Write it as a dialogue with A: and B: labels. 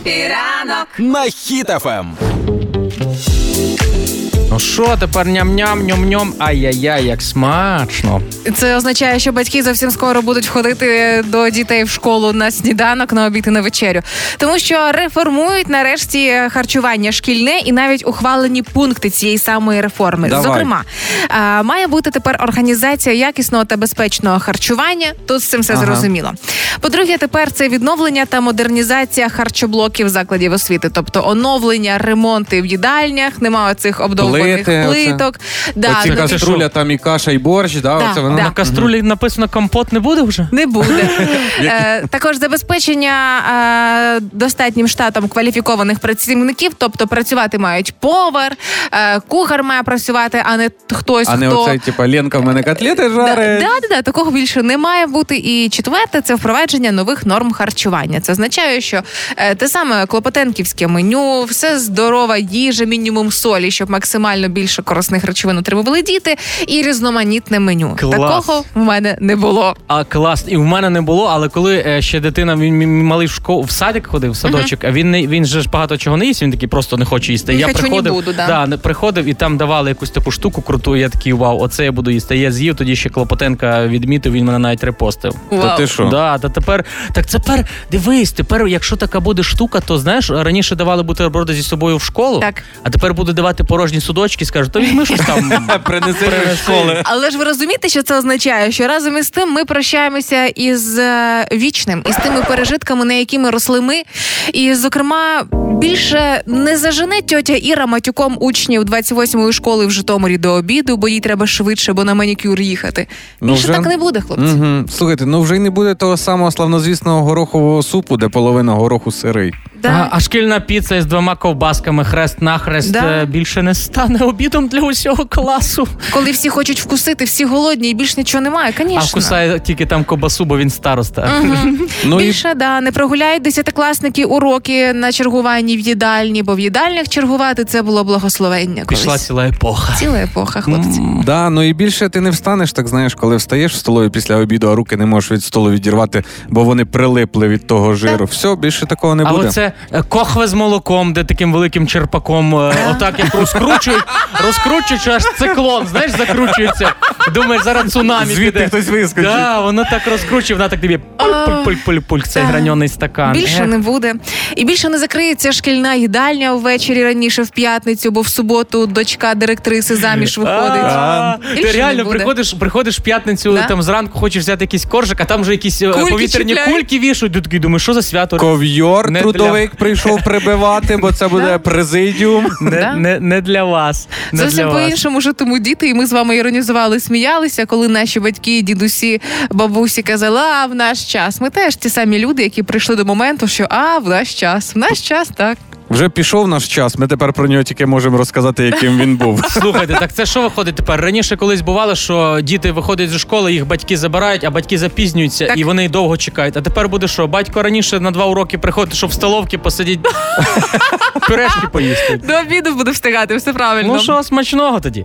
A: Епіранок.
B: на хітафем.
C: Ну що тепер ням-ням, ньом-ньом, ай-яй-яй, як смачно.
D: Це означає, що батьки зовсім скоро будуть ходити до дітей в школу на сніданок, на обід і на вечерю, тому що реформують нарешті харчування шкільне і навіть ухвалені пункти цієї самої реформи.
C: Давай.
D: Зокрема, е, має бути тепер організація якісного та безпечного харчування. Тут з цим все
C: Ага.
D: зрозуміло. По-друге, тепер це відновлення та модернізація харчоблоків закладів освіти, тобто оновлення, ремонти в їдальнях, немає цих обдовблених
E: Плити, оце.
D: плиток. Да,
E: Оці
D: ну,
E: каструля, там і каша, і борщ, да,
D: Да,
E: оце воно.
D: да.
F: На каструлі написано компот не буде вже?
D: Не буде Е, також забезпечення е, достатнім штатом кваліфікованих працівників, тобто працювати мають повар, е, кухар має працювати, а не т- хтось
E: А не
D: хто.
E: оцей, типа, Ленка, в мене котлети
D: Да,
E: жарить.
D: да, да, да, такого більше не має бути. І четверте це впровадження нових норм харчування. Це означає, що е, те саме клопотенківське меню, все здорова їжа, мінімум солі, щоб максимально більше корисних речовин отримували діти, і різноманітне меню.
F: Клас.
D: Такого в мене не було.
F: А клас, і в мене не було, але коли е, ще дитина він мій малий в школу в садик ходив, в садочок, а він не він же ж багато чого не їсть, він такий просто не хоче їсти.
D: Не
F: я
D: хочу, не
F: приходив,
D: буду, да.
F: не- приходив і там давали якусь таку штуку круту. і Я такий вау, оце я буду їсти. Я з'їв тоді ще Клопотенка відмітив, він мене навіть репостив.
E: Та
D: Вау.
E: ти що?
F: Да, та тепер так тепер дивись, тепер, якщо така буде штука, то знаєш, раніше давали бутерброди зі собою в школу,
D: Так.
F: а тепер буде давати порожні судочки, скажуть, то візьми щось там.
E: Принеси до школи.
D: Але ж ви розумієте, що це означає, що разом із тим ми прощаємося із е, вічним, із тими пережитками, на які ми росли ми. І, зокрема, більше не зажене тьотя Іра матюком учнів 28-ї школи в Житомирі до обіду, бо їй треба швидше, бо на манікюр їхати.
E: Ну,
D: більше
E: вже-
D: так не буде, хлопці.
E: Угу. Слухайте, ну вже й не буде того самого славнозвісного горохового супу, де половина гороху сирий.
D: Да.
F: А, а шкільна піца із двома ковбасками хрест на хрест е,
D: Да.
F: більше не стане обідом для усього класу.
D: Коли всі хочуть вкусити, всі голодні і більш нічого немає, звісно.
F: А вкусає тільки там кобасу, бо він староста.
E: Ну і
D: Більше да не прогуляють десятикласники уроки на чергуванні в їдальні, бо в їдальнях чергувати це було благословення. Колись.
F: Пішла ціла епоха.
D: Ціла епоха, хлопці.
E: Да, ну і більше ти не встанеш, так знаєш, коли встаєш в столові після обіду, а руки не можеш від столу відірвати, бо вони прилипли від того жиру. Все, більше такого не
F: А
E: буде.
F: оце е, кохве з молоком, де таким великим черпаком, е, отак як розкручують, розкручують, що аж циклон, знаєш, закручується. Думаєш, зараз цунамі піде.
E: вискочить.
F: Да, воно так розкручує, вона так тобі пульк-пульк-пульк-пульк, цей
D: Та.
F: граньоний стакан.
D: Більше
F: Ех.
D: не буде. І більше не закриється шкільна їдальня ввечері раніше в п'ятницю, бо в суботу дочка директриси заміж виходить.
F: А,
D: Більше
F: Ти
D: не
F: реально
D: буде.
F: приходиш, приходиш в п'ятницю,
D: Да.
F: там зранку хочеш взяти якийсь коржик, а там вже якісь е,
D: Кульки
F: повітряні
D: чіпляють.
F: кульки вішають. Ти такий думаєш, що за свято?
E: Ков'йор
F: Не
E: трудовик прийшов прибивати, бо це буде президіум.
F: Не,
D: Да.
F: не, не для вас. Не
D: Зовсім
F: для
D: по
F: вас.
D: іншому житиму діти, і ми з вами іронізували, сміялися, коли наші батьки, дідусі, бабусі казали, а в наш час. Ми теж ті самі люди, які прийшли до моменту, що а в наш час, в наш час так.
E: Вже пішов наш час. Ми тепер про нього тільки можемо розказати, яким він був.
F: Слухайте, так це що виходить тепер? Раніше колись бувало, що діти виходять зі школи, їх батьки забирають, а батьки запізнюються
D: Так.
F: і вони довго чекають. А тепер буде що? Батько раніше на два уроки приходить, щоб в столовці посидіти, пюрешки поїсти.
D: До обіду буду встигати, все правильно.
F: Ну що, смачного тоді?